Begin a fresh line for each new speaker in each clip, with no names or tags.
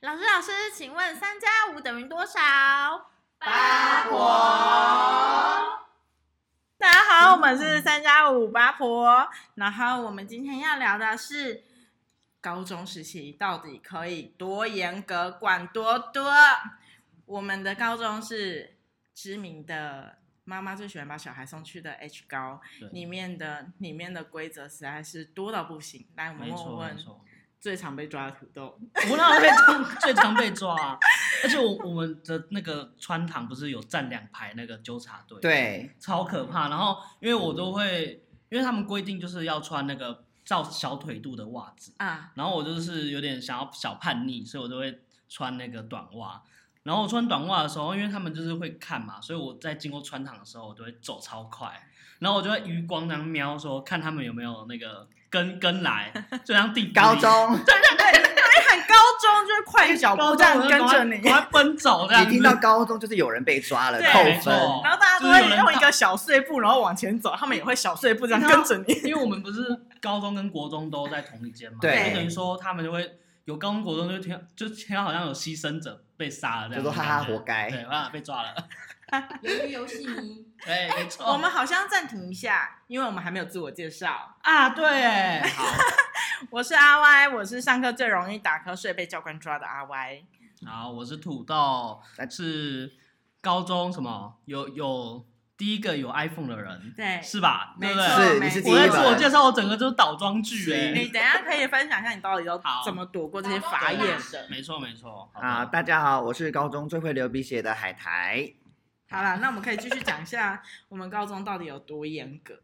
老师，老师，请问三加五等于多少？
八婆
大家好，我们是三加五八婆。然后我们今天要聊的是高中时期到底可以多严格管多多。我们的高中是知名的妈妈最喜欢把小孩送去的 H 高，
对
里面的里面的规则实在是多到不行。来，我们
没
问
错没
问
错，
最常被抓的土豆。
我那被常最常被抓、啊，而且我我们的那个穿堂不是有站两排那个纠察队，，
对，
超可怕。然后因为我都会，因为他们规定就是要穿那个照小腿肚的袜子，
啊，
然后我就是有点想要小叛逆，所以我就会穿那个短袜。然后我穿短袜的时候，因为他们就是会看嘛，所以我在经过穿堂的时候，我都会走超快，然后我就会余光这样瞄说，看他们有没有那个跟跟来，就像地
高中
对对对，你喊高中就是快脚
高
步
中
这样跟着你，
我要奔走这样
你
子。
听到高中就是有人被抓了，
对
扣
没
分。
错
然后大家都
就是有
会
人
用一个小碎步，然后往前走，他们也会小碎步这样跟着你。
因为我们不是高中跟国中都在同一间嘛，
对
就等于说他们就会有高中国中就听就听到好像有牺牲者被杀了这样，
就说哈哈，活，该。
对，啊被抓了，
由于游戏迷，
对，没错，
我们好像暂停一下，因为我们还没有自我介绍。
啊对，好，
我是阿 Y，我是上课最容易打瞌睡被教官抓的阿 Y。
好，我是土豆，是高中什么有有第一个有 iPhone 的人，
对
是吧？对
没
不
错，
对？
是
没
你是
错
第
我在
一
自
本
我介绍，我整个就是倒装句哎、
你等一下可以分享一下你到底都
好啊
怎么躲过这些法眼的。
没错没错，好的
啊，大家好，我是高中最会流鼻血的海苔。
好了，那我们可以继续讲一下我们高中到底有多严格。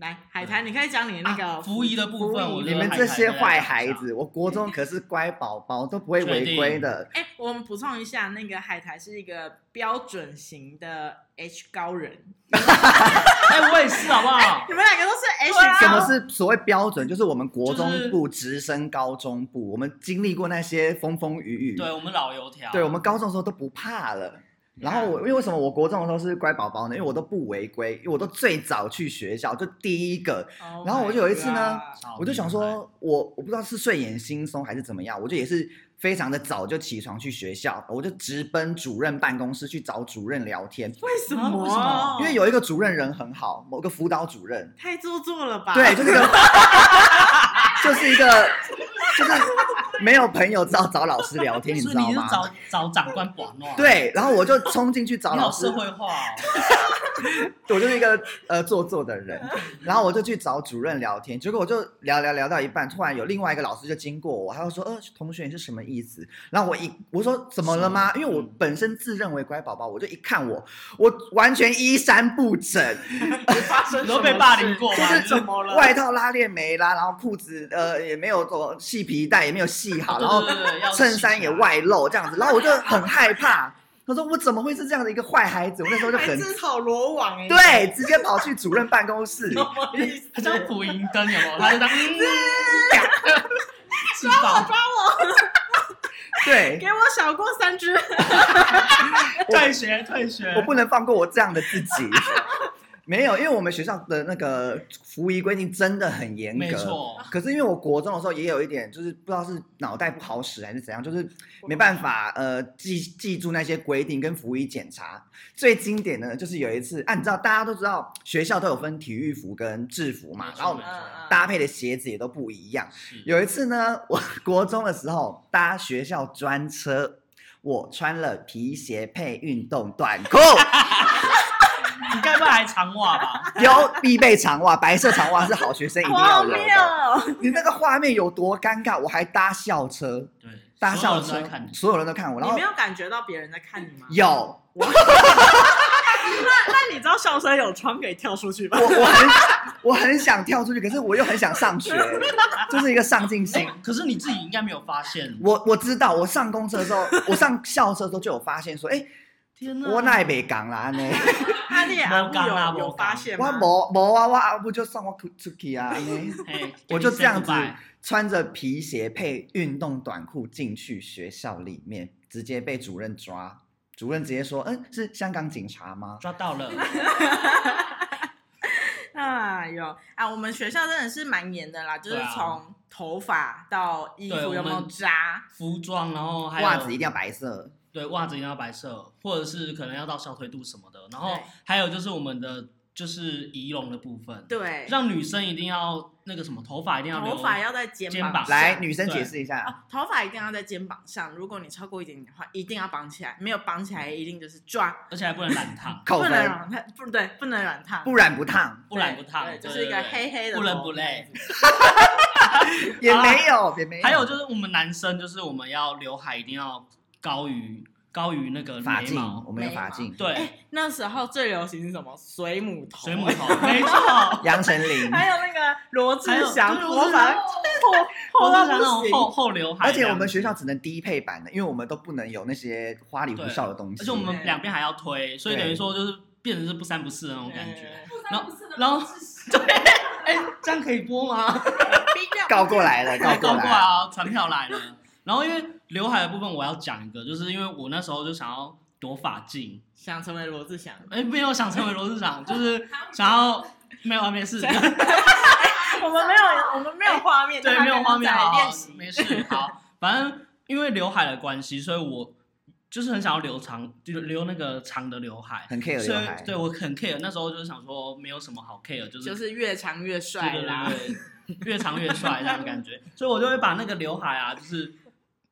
来，海苔，你可以讲你那个
啊服仪的部分
服仪
我觉
你
得
们这些坏孩子，我国中可是乖宝宝，都不会违规的。
哎、我们补充一下，那个海苔是一个标准型的 H 高人，
哎、我也是好不好？
你们两个都是 H
对啊
什
高，
么是所谓标准？就是我们国
就是
中部直升高中部，我们经历过那些风风雨雨。
对啊我们老油条，
对，我们高中的时候都不怕了。然后我因为为什么我国中的时候是乖宝宝呢？因为我都不违规，因为我都最早去学校，就第一个。
Oh
然后我就有一次呢
my god
超
我就想
厉害，
说，我我不知道是睡眼惺忪还是怎么样，我就也是非常的早就起床去学校，我就直奔主任办公室去找主任聊天，
为什
啊
么？
为什么
因为有一个主任人很好，某个辅导主任，
太做作了吧？
对，就是一个，就是一个，就是没有朋友，只好找老师聊天，你
哎所
知
以
道
你是
吗？
找找长官管哦，，
对，然后我就冲进去找
你
老
好
师
社，会化哦，
我就是一个呃做作的人，然后我就去找主任聊天，结果我就聊聊聊到一半，突然有另外一个老师就经过我，他就说：“呃，同学你是什么意思？”然后我一我说：“怎么了吗？”因为我本身自认为乖宝宝，我就一看我，我完全衣衫不整，
发生
你都被霸凌过吗？
就是
怎
么了
外套拉链没拉，然后裤子呃也没有做系皮带，也没有系好，然后衬衫也，外露这样子，然后我就很害怕。他说我怎么会是这样的一个坏孩子？我那时候就
还
很
自讨罗网哎、
对，直接跑去主任办公室。
什么意思？
对要洗啊像普银灯有没有？他就 当抓我抓
对
给，我小过三只，
我，退学退学，
我不能放过我这样的 自己。没有，因为我们学校的那个服仪规定真的很严
没
格。
错，
可是因为我国中的时候也有一点，就是不知道是脑袋不好使还是怎样，就是没办法呃记记住那些规定跟服仪检查。最经典的呢就是有一次啊，你知道大家都知道学校都有分体育服跟制服嘛
没，错
然后我们
没错
搭配的鞋子也都不一样。
啊是
有一次呢，我 国中的时候搭学校专车，我穿了皮鞋配运动短 裤，
你该不会还长袜吧？
有必备长袜，白色长袜是好学生一定
哇
要
好
有的。
妙！
你那个画面有多尴尬？我还搭校车，
对，
搭
所有
校
人都在
车
看，你，
所有人都看我，然
你
后
没有感觉到别人在看你吗？
有
那你知道笑声有窗可以跳出去吧？
我我很 我很想跳出去，可是我又很想上 学，就是一个上进心。
哎可是你自己应该没有发现，
我我知道，我上公车的时候，我上校车的时候就有发现说，哎、
天哪，
我哪北港啦呢？
阿丽啊，
没有啊
有
没有
有发现
我
吗？
无无啊，我阿不就送我出出去 啊？
嘿
我就这样子
say goodbye
穿着皮鞋配运动短裤进去学校里面，直接被主任抓。主任直接说：“嗯，是香港警察吗
抓到了，
哎呦啊，我们学校真的是蛮严的啦，就是
对啊
从头发到衣服
对我
有没有
们
扎，
服装，然后还有
袜子一定要白色，
对袜子一定要白色，或者是可能要到小腿肚什么的。然后
对
还有就是我们的就是仪容的部分，
对，
让女生一定要那个什么头发一定要留
头发要在肩
肩
膀
膀
上
来，女生
啊对
解释一下，，
啊，头发一定要在肩膀上，如果你超过一点点的话，一定要绑起来，没有绑起来一定就是抓，
而且还不能啊染烫
扣
不能
分，
软烫，不对，不能软烫，
不染不烫，
不染不烫，
对，
对
就是一个
对对
黑黑的头，
不伦不类。
也没有，也没有。
啊还有就是我们男生就是我们要刘海一定要高于高于那个
发
眉
镜，
毛
我，们有
眉
发
毛
镜，
哎、
对，
那时候最流行是什么？水母头，
水母头，没错。
杨丞琳，
还有那个罗志
还有
祥
对罗
头
志
发
祥
厚厚
我是
到
那
不
种厚
行，
厚刘海，
而且我们学校只能低配版的，因为我们都不能有那些花里胡
对
哨的东西。
而且我们两边还要推，所以
对
等于说就是变成是不三不四的那种感觉。
嗯
不三不四的
然后
都是
对，哎、这样可以播吗？
逼掉
告过来了，
告
告
过
来
来
了，
啊，传票来了。然后因为刘海的部分我要讲一个，就是因为我那时候就想要夺发镜，
想成为罗志祥。
哎、没有想成为罗志祥，就是想要没有啊，没事，
我们没有，我们没有画面，
对，
大家
没有画面，
在
好好
练习。
没事，好，反正因为刘海的关系，所以我就是很想要留长，就留那个长的刘海。
很 care
所
刘
以
海。
对我很 care，那时候就是想说没有什么好 care，就是
就是越长越帅
对对
啦。
对对越长越帅这样的感觉，所以我就会把那个刘海啊，就是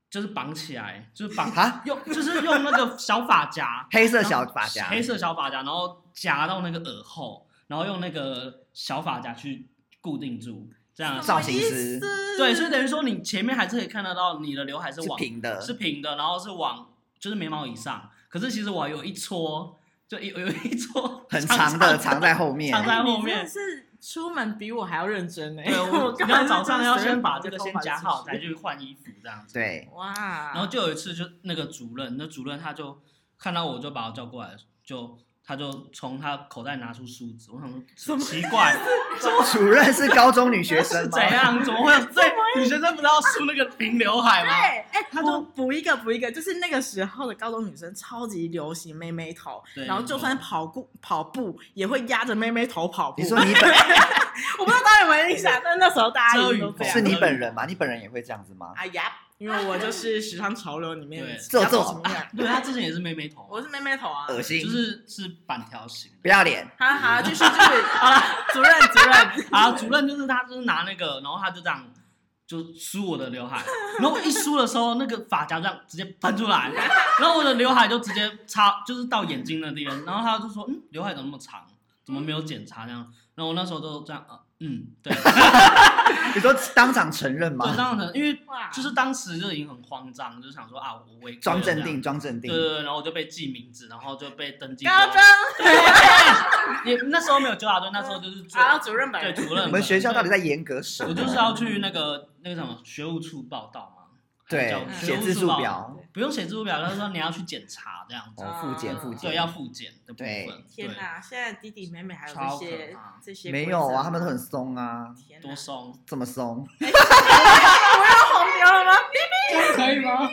就是绑起来，就是绑
啊，，
用就是用那个小发夹
黑色小发夹，
黑色小发夹，然后夹到那个耳后，然后用那个小发夹去固定住，这样
什。
造型师
对，所以等于说你前面还是可以看得到你的刘海是
是
往
平的，
是平的，然后是往就是眉毛以上，可是其实我有一撮，就有有一撮
很长的，藏在后面。
藏在后
你
面
真的，是出门比我还要认真欸呢、
对，哎 我
根
你
本
要
是
早上要
随便
先把
绑
这个
头
先
发
夹
出
好，
去
再去换衣服这样子。
对，
哇，
然后就有一次，就那个主任，那主任他就看到我，就把我叫过来，就他就从他口袋拿出梳子，我想说奇怪，
主任是高中女学生
是
吗
怎？样？怎么会有这女生生不是要梳那个平刘海
对，
吗？
哎、
他
我
就
补一个补一个，就是那个时候的高中女生超级流行妹妹头，
对
然后就算跑步跑步也会压着妹妹头跑步。
你说你 本
我不知道大家有没有印象，但那时候大家一定都这
遮雨
样
是。你本人吗？你本人也会这样子吗？
哎呀，因为我就是时尚潮流里面
对
做呃作
什么样，
对他之前也是妹妹头，
我是妹妹头啊。
恶心
就，是是板条型的。
不要脸，
好好，继 续继续，好了，主任主任，
啊，主任就是他，就是拿那个，然后他就这样就梳我的刘海，然后我一梳的时候，那个发夹这样直接喷出来，然后我的刘海就直接插，就是到眼睛的地方，然后他就说，嗯，刘海怎么那么长，怎么没有检查这样？然后我那时候就这样，呃、嗯，对，
你说当场承认
我
吗？
当时因为
哇
就是当时就已经很慌张，就想说啊，我违规了
装
这
镇
样
定，。装镇
对
定
对，对，然后我就被记名字，然后就被登记
高
说
中，
也那时候没有纠察队，那时候就是
然后主任本
对
人，
主任。
我们学校到底
在？
在严格什
我
么？
就是要去那个那个什么学务处报道嘛，
对
叫
写字数表，
不用写字数表，他说你要去检查这样子，
哦，复检复
对，
检，
要复检的部分。
天
对，
哪，现在弟弟妹妹还有这
超可
些
怕
这些
没
规
有
则
啊，他们都很松啊，
天哪
多松，
这么松，
红标了吗？
这样可以吗？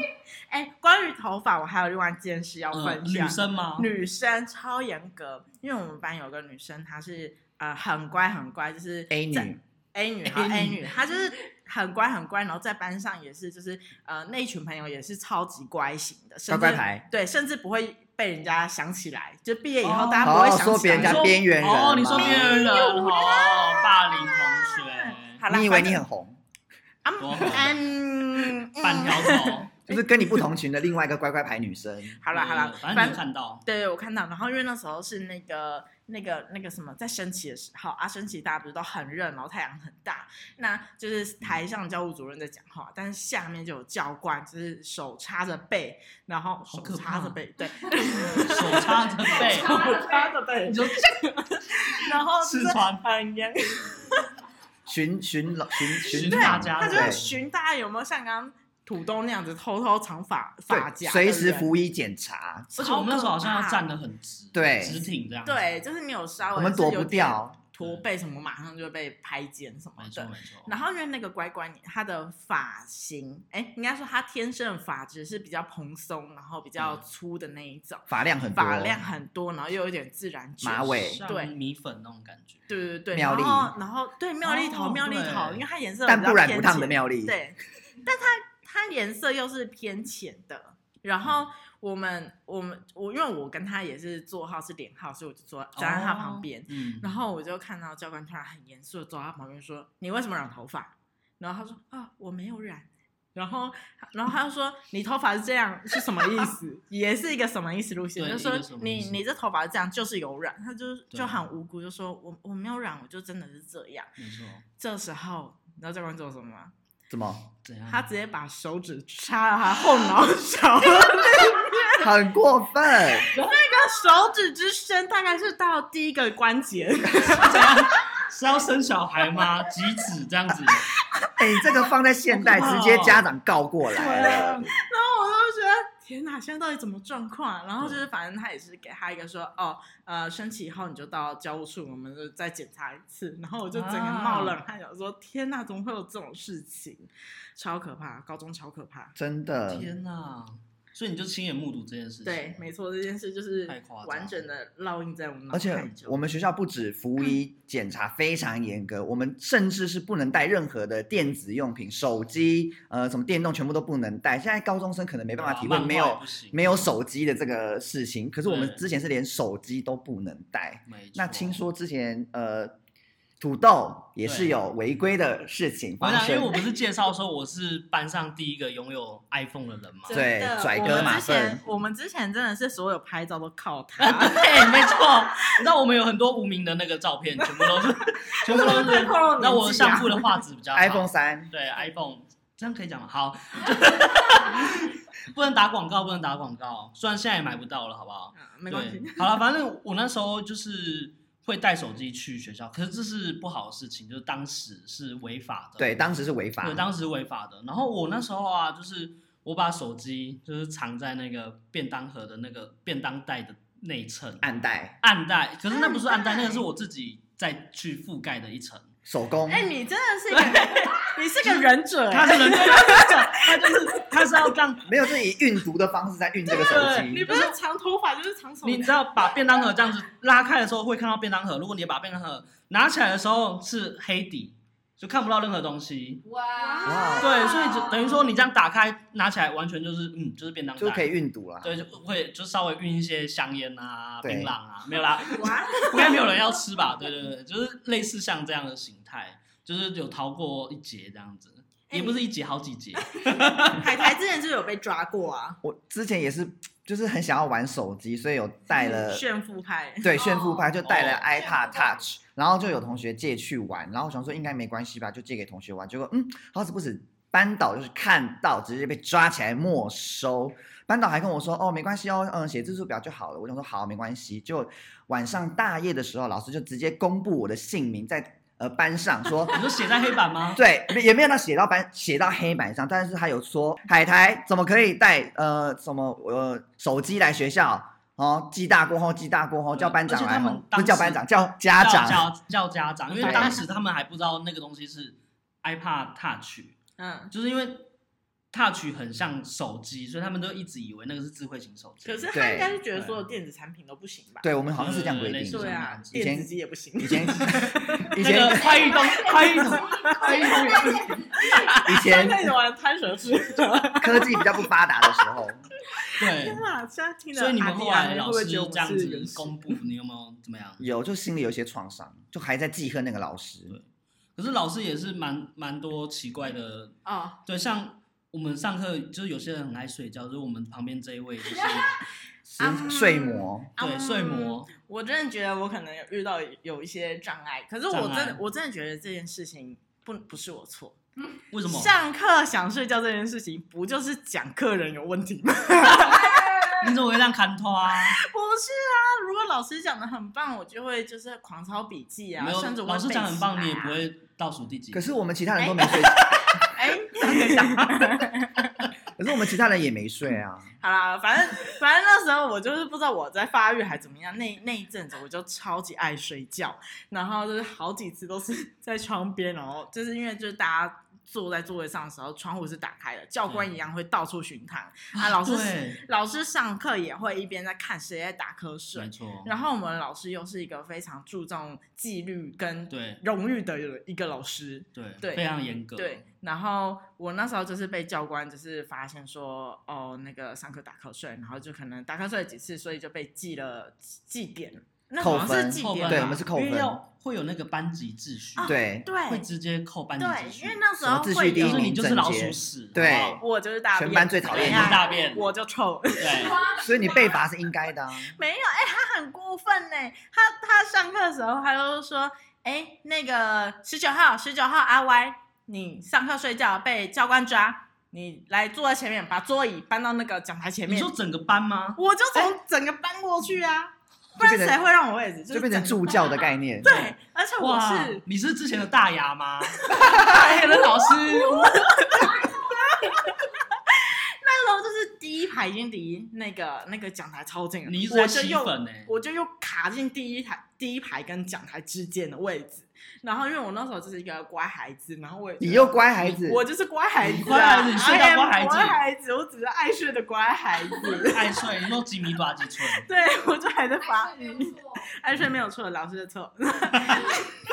哎、关于头发，我还有另外一件事要
呃
嗯
分享。
女生吗？
女生超严格，因为我们班有个女生，她是呃很乖很乖，就是
A
在
女
A 女好
A
A
女
女，她就是很乖很乖，然后在班上也是就是呃那一群朋友也是超级乖型的，甚
乖
至
乖牌，
对，甚至不会被人家想起来，就毕业以后
哦
大家不会
哦，
想
说
起
别
来。
人家
说
边缘人
哦，你说
吗
别人人哦，霸凌同学，
好啦
你以为
反正
你很红，
啊
多好
嗯
半
嗯，
条头，
就是跟你不同群的另外一个乖乖牌女生，
好了好了，
反正
反
你有看到，
对，我看到。然后因为那时候是那个、那个、那个什么，在升旗的时候啊，升旗大家不是都很热，然后太阳很大，那就是台上教务主任在讲话，但是下面就有教官，就是手插着背，然后手
可
插着
怕
背，对，
手插着背，
插着背
插着背
你，就
然后就
四
是
川
很严
巡巡老巡巡
巡
访
大家
他
的
就
对
会寻大家有没有像刚刚土豆那样子偷偷长发发
对
夹，
随时服医检查，
而且我们那时候好像要站
的，
得很直，
对
直挺这样。
哦对，就是你有稍微
我们
是
躲
有
不
点
掉，
驼背什么，马上就被拍肩什么
没错
的。
没错。
然后因为那个乖乖，他的发型，哎，应该说他天生的发质是比较蓬松，然后比较
嗯
粗的那一种，
发量很多，
发量很多，然后又有点自然卷
马尾
对
像米粉那种感觉，
对对对，
妙
然
丽
后然后对妙丽头
哦
妙丽头，
对
因为它颜色
但
比较
不软
偏
不烫的
浅
妙丽。，
对，但它它颜色又是偏浅的。然后
嗯
我们我们我因为我跟他也是座号是连号，所以我就坐站在他
哦
旁边。
嗯，
然后我就看到教官突然很严肃的走到他旁边说：“你为什么染头发？”然后他说：“啊，我没有染。”然后，然后他就说：“你头发是这样是什么意思？”也是一个什么意思路线，
对
就
一
说
个什么意
你
思
你这头发是这样，就是有染。他就
对啊
就很无辜，就说：“我我没有染，我就真的是这样。
没错，”
这时候，你知道教官做什么吗？
怎么
怎样？
他直接把手指插到他后脑 勺，
很过分？哎
那个手指之深大概是到第一个关节。
怎样？是要生小孩吗？ 几指这样子？
哎、这个放在现代，
好可怕
直
哦
接家长告过来了。
然后我就觉得天哪，现在到底怎么状况、啊？然后
嗯
就是反正他也是给他一个说哦，呃，升旗以后你就到教务处，我们就再检查一次。然后我就整个
啊
冒冷汗，想说天哪，怎么会有这种事情？超可怕，高中超可怕。
真的，
天哪、所以你就亲眼目睹这件事情？
对，没错，这件事就是
太夸张
完整的烙印在我们脑
而
海
且
中。
我们学校不止服仪检查非常严格，我们甚至是不能带任何的电子用品、手机、呃，什么电动全部都不能带。现在高中生可能没办法体会
哦漫画
没
也
有
不行
没有手机的这个事情，可是我们
对
之前是连手机都不能带。
没错
那听说之前呃，土豆也是
对
有违规的事情
我
发
啊想，因为我
生，
不是介绍说我是班上第一个拥有 iPhone 的人嘛？
真
对
的
拽
我
哥
们
马
之前
粪，
我们之前真的是所有拍照都靠他。
对，没错。你知道我们有很多无名的那个照片，全部都 是，全部都是。那我相簿的画质比较好。
iPhone 三
对 iPhone，这样可以讲吗？好， 不能打广告，不能打广告。虽然现在也买不到了，好不好？
嗯没关系
对，好了，反正我那时候就是会带手机去学校，可是这是不好的事情，就是当时是违法的。
对，当时是违法
对，，当时违法的。然后我那时候啊，就是我把手机就是藏在那个便当盒的那个便当袋的内衬，
暗带
暗袋，可是那不是暗袋，
哎暗袋
那个是我自己再去覆盖的一层。
手工，
哎、你真的是一个，你是 个忍者、
它
哎
是人家它就是它是要这样，
没有是以运毒的方式在运这个手
对
你
机，
不是长头发就是长手
你
指，
知道把便当盒这样子拉开的时候会看到便当盒，如果你把便当盒拿起来的时候是黑底，就看不到任何东西。
哇
哇
对，所以就等于说你这样打开拿起来，完全就是嗯，就是便当袋，
就可以运毒了。
对，就会就稍微运一些香烟啊、
对
槟榔啊，没有啦，
哇，
应该没有人要吃吧？对对对，就是类似像这样的形态，就是有逃过一劫这样子，
哎
也不是一劫，好几劫。
海苔之前就有被抓过啊，
我之前也是，就是很想要玩手机，所以有带
嗯
了，
炫富派，
对，炫富派就带了
哦
iPad
炫富派
Touch，然后就有同学借去玩，然后我想说应该没关系吧，就借给同学玩，结果嗯，好死不死，班导就是看到直接被抓起来没收，班导还跟我说哦没关系哦，嗯，写字数表就好了，我想说好没关系，就晚上大夜的时候，老师就直接公布我的姓名在呃班上说
你说写在黑板吗？
对，没也没有到写到板写到黑板上，但是他有说海苔怎么可以带呃什么呃手机来学校哦，记大过后记大过后
对
叫班
嗯而
长
且
来
他们
哦，
当时
不是叫班长叫家长，
叫叫叫家长，因为
对
当时他们还不知道那个东西是 iPad Touch，
嗯，
就是因为 Touch 很像手机，所以他们都一直以为那个是智慧型手机。
可是
对
他应该是觉得所有电子产品都不行吧？
对我们好像是这样规
对
定
类似
的。
对啊，
以
前
电子机也不行，
以前以
那个
前
快 运动，快运动，快运动也是
以
开
前
始玩贪蛇 吃，
科技比较不发达的时候，
对
天。哪，现在听了，
所以你们 后来老
会不会
师
觉
这
得我们
样
是原
子
始
公布，你有没有怎么样？
有就心里有一些创伤，就还在记恨那个老师。
可是老师也是蛮蛮多奇怪的，
哦，
对，像我们上课就是有些人很爱睡觉，就是我们旁边这一 位就是
是
啊
嗯
睡魔，
对
嗯
睡魔，
我真的觉得我可能有遇到有一些障碍，可是我
障碍
真的我真的觉得这件事情不不是我错，
为什么？
上课想睡觉这件事情不就是讲课人有问题吗？
你怎么会这样看透啊？
不是啊，如果老师讲的很棒，我就会就是狂抄笔记啊，
没有
甚至，我会
老师
背
讲得很棒，
起来啊
你也不。会倒数第几。
可是我们其他人都没睡，
哎，
可是我们其他人也没睡 啊。
好啦，反正反正那时候我就是不知道我在发育还怎么样，那那一阵子我就超级爱睡觉，然后就是好几次都是 在窗边，然后就是因为就是大家。坐在座位上的时候，窗户是打开的，教官一样会到处巡堂、啊。老师
对，
老师上课也会一边在看谁在打瞌
没
睡，
错，
然后我们老师又是一个非常注重纪律跟
对
荣誉的一个老师，
对
对
非常严格，
对，，然后我那时候就是被教官就是发现说，哦，那个上课打瞌睡，然后就可能打瞌睡了几次，所以就被记了记点，那好像
扣
是
分
记
扣分
点
啊，
对
吧
我们是扣分
因为要会有那个班级秩序，
啊
对，
会
对
直接扣班级秩
对，
序，
因为那时候
什么秩序
会
第
有
一
就是
名
你就是老鼠屎，
对
好不好
我就是大
全
便，
班最讨
对，
厌
你
怎
是
样
大便，
我就臭。
对，
所以你被罚是应 该的、啊。
没有，哎、他很过分呢。他他上课的时候，他就说，哎、那个十九号，十九号阿 Y，你上课睡觉被教官抓，你来坐在前面，把桌椅搬到那个讲台前
你
面。
说整个班吗？
我就从整个搬过去啊，
哎
不然
就变
谁
成
会让我位置？
就是变
整
成
个
助教的概 念。
对，而且 我
哇
是，
你是之前的大 牙吗？大牙的老师，
那时候就是第一排已经离那个那个讲台超近了，
你一直
我
在
就
吸
又
粉欸呢。
我就又卡进第一台第一排跟讲台之间的位置。然后因为我那时候就是一个乖孩子，然后我也
你又乖孩子，
我就是乖孩子、啊，
你乖孩子你是
I
个
am
乖孩子
乖孩子，我只是爱睡的乖孩子。
爱睡，你说几米多几 寸？
对，我就还在发
还哎是没有
育，
错，
爱睡没有错，老师的错。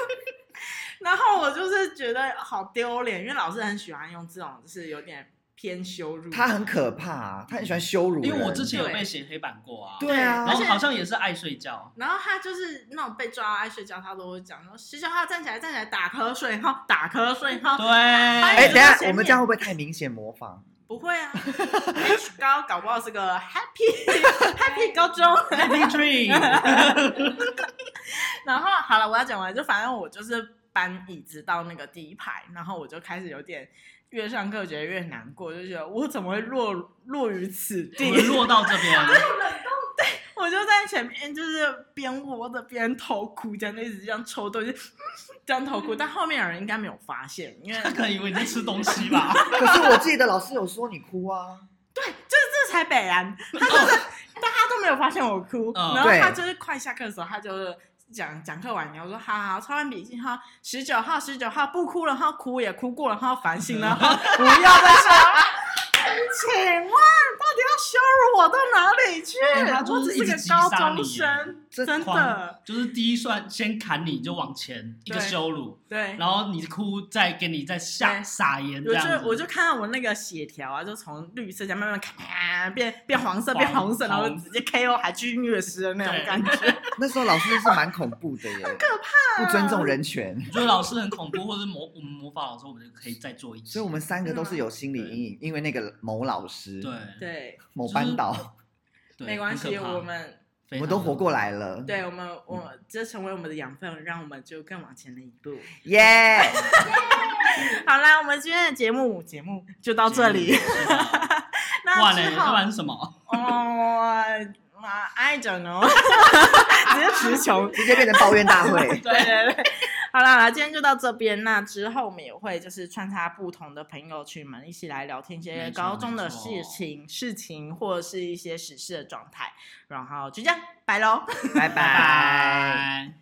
然后我就是觉得好丢脸，因为老师很喜欢用这种，就是有点偏羞辱。
他很可怕、啊他很喜欢羞辱人。
因为我之前有
对
被写黑板过啊，
对啊
然
而
后
且
好像也是爱睡觉，
然后他就是那种被抓爱睡觉，他都会讲说：“十九号站起来，站起来，打瞌睡哈，打瞌睡哈。”
对，
哎
哎、等一
就是前
下
面
我们这样会不会太明显模仿？
不会啊，H 高搞不好是个 happy happy 高中。
Happy Tree，
然后好了，我要讲完，就反正我就是搬椅子到那个第一排，然后我就开始有点越上课觉得越难过，就觉得我怎么会落落于此
我
地？
们落到这边，
我就在前面就是边窝着边偷哭，这样就一直这样抽动，就这样偷哭。但后面有人应该没有发现，因为
他可能以为你在吃东西吧？
可是我记得老师有说你哭啊，
这才北然，他就是
哦
大家都没有发现我哭，
嗯
然后他
对
就是快下课的时候，他就是讲讲课完以后，我说好好抄完笔记哈，十九号十九号不哭了哈，哭也哭过了哈，反省 了
嗯
哈， 不要再说了。啊请问到底要羞辱我到哪里去？
哎他就
我
是
只
一直
个
击
高
杀你啊
中生，
这
真
狂
的
就是第一算先砍你就往前一个
对
羞辱，
对。
然后你哭再给你再下
对
撒盐这
我
样子，
就我就看到我那个血条啊，就从绿色这样慢慢咔变变黄色，
黄
变红色，然后
红
直接 KO 还去虐尸的那种
对
感觉。
那时候老师是蛮恐怖的耶，很可怕、
哦
不尊重人权。
觉得老师很恐怖，或者是魔我们魔法老师，我们就可以再做一次。
所以我们三个都是有心理阴影，因为那个某老师、
对
啊对，
某班导，
对
没关系，
很可怕
我们
我
非常
们都活过来了。，
对我们我这成为我们的养分，让我们就更往前了一步。
耶、
好啦，我们今天的节目节目就到这里。 那
哇嘞，
之
要不
后
然是什么？
哦。啊，I don't know，直接词穷。。
直接变成抱怨大会
对对对， 好啦，好啦今天就到这边。那之后我们也会就是穿插不同的朋友群们一起来聊天一些
没错
高中的
没错
事情、事情或者是一些时事的状态。然后就这样，拜喽。
拜
拜拜。
拜。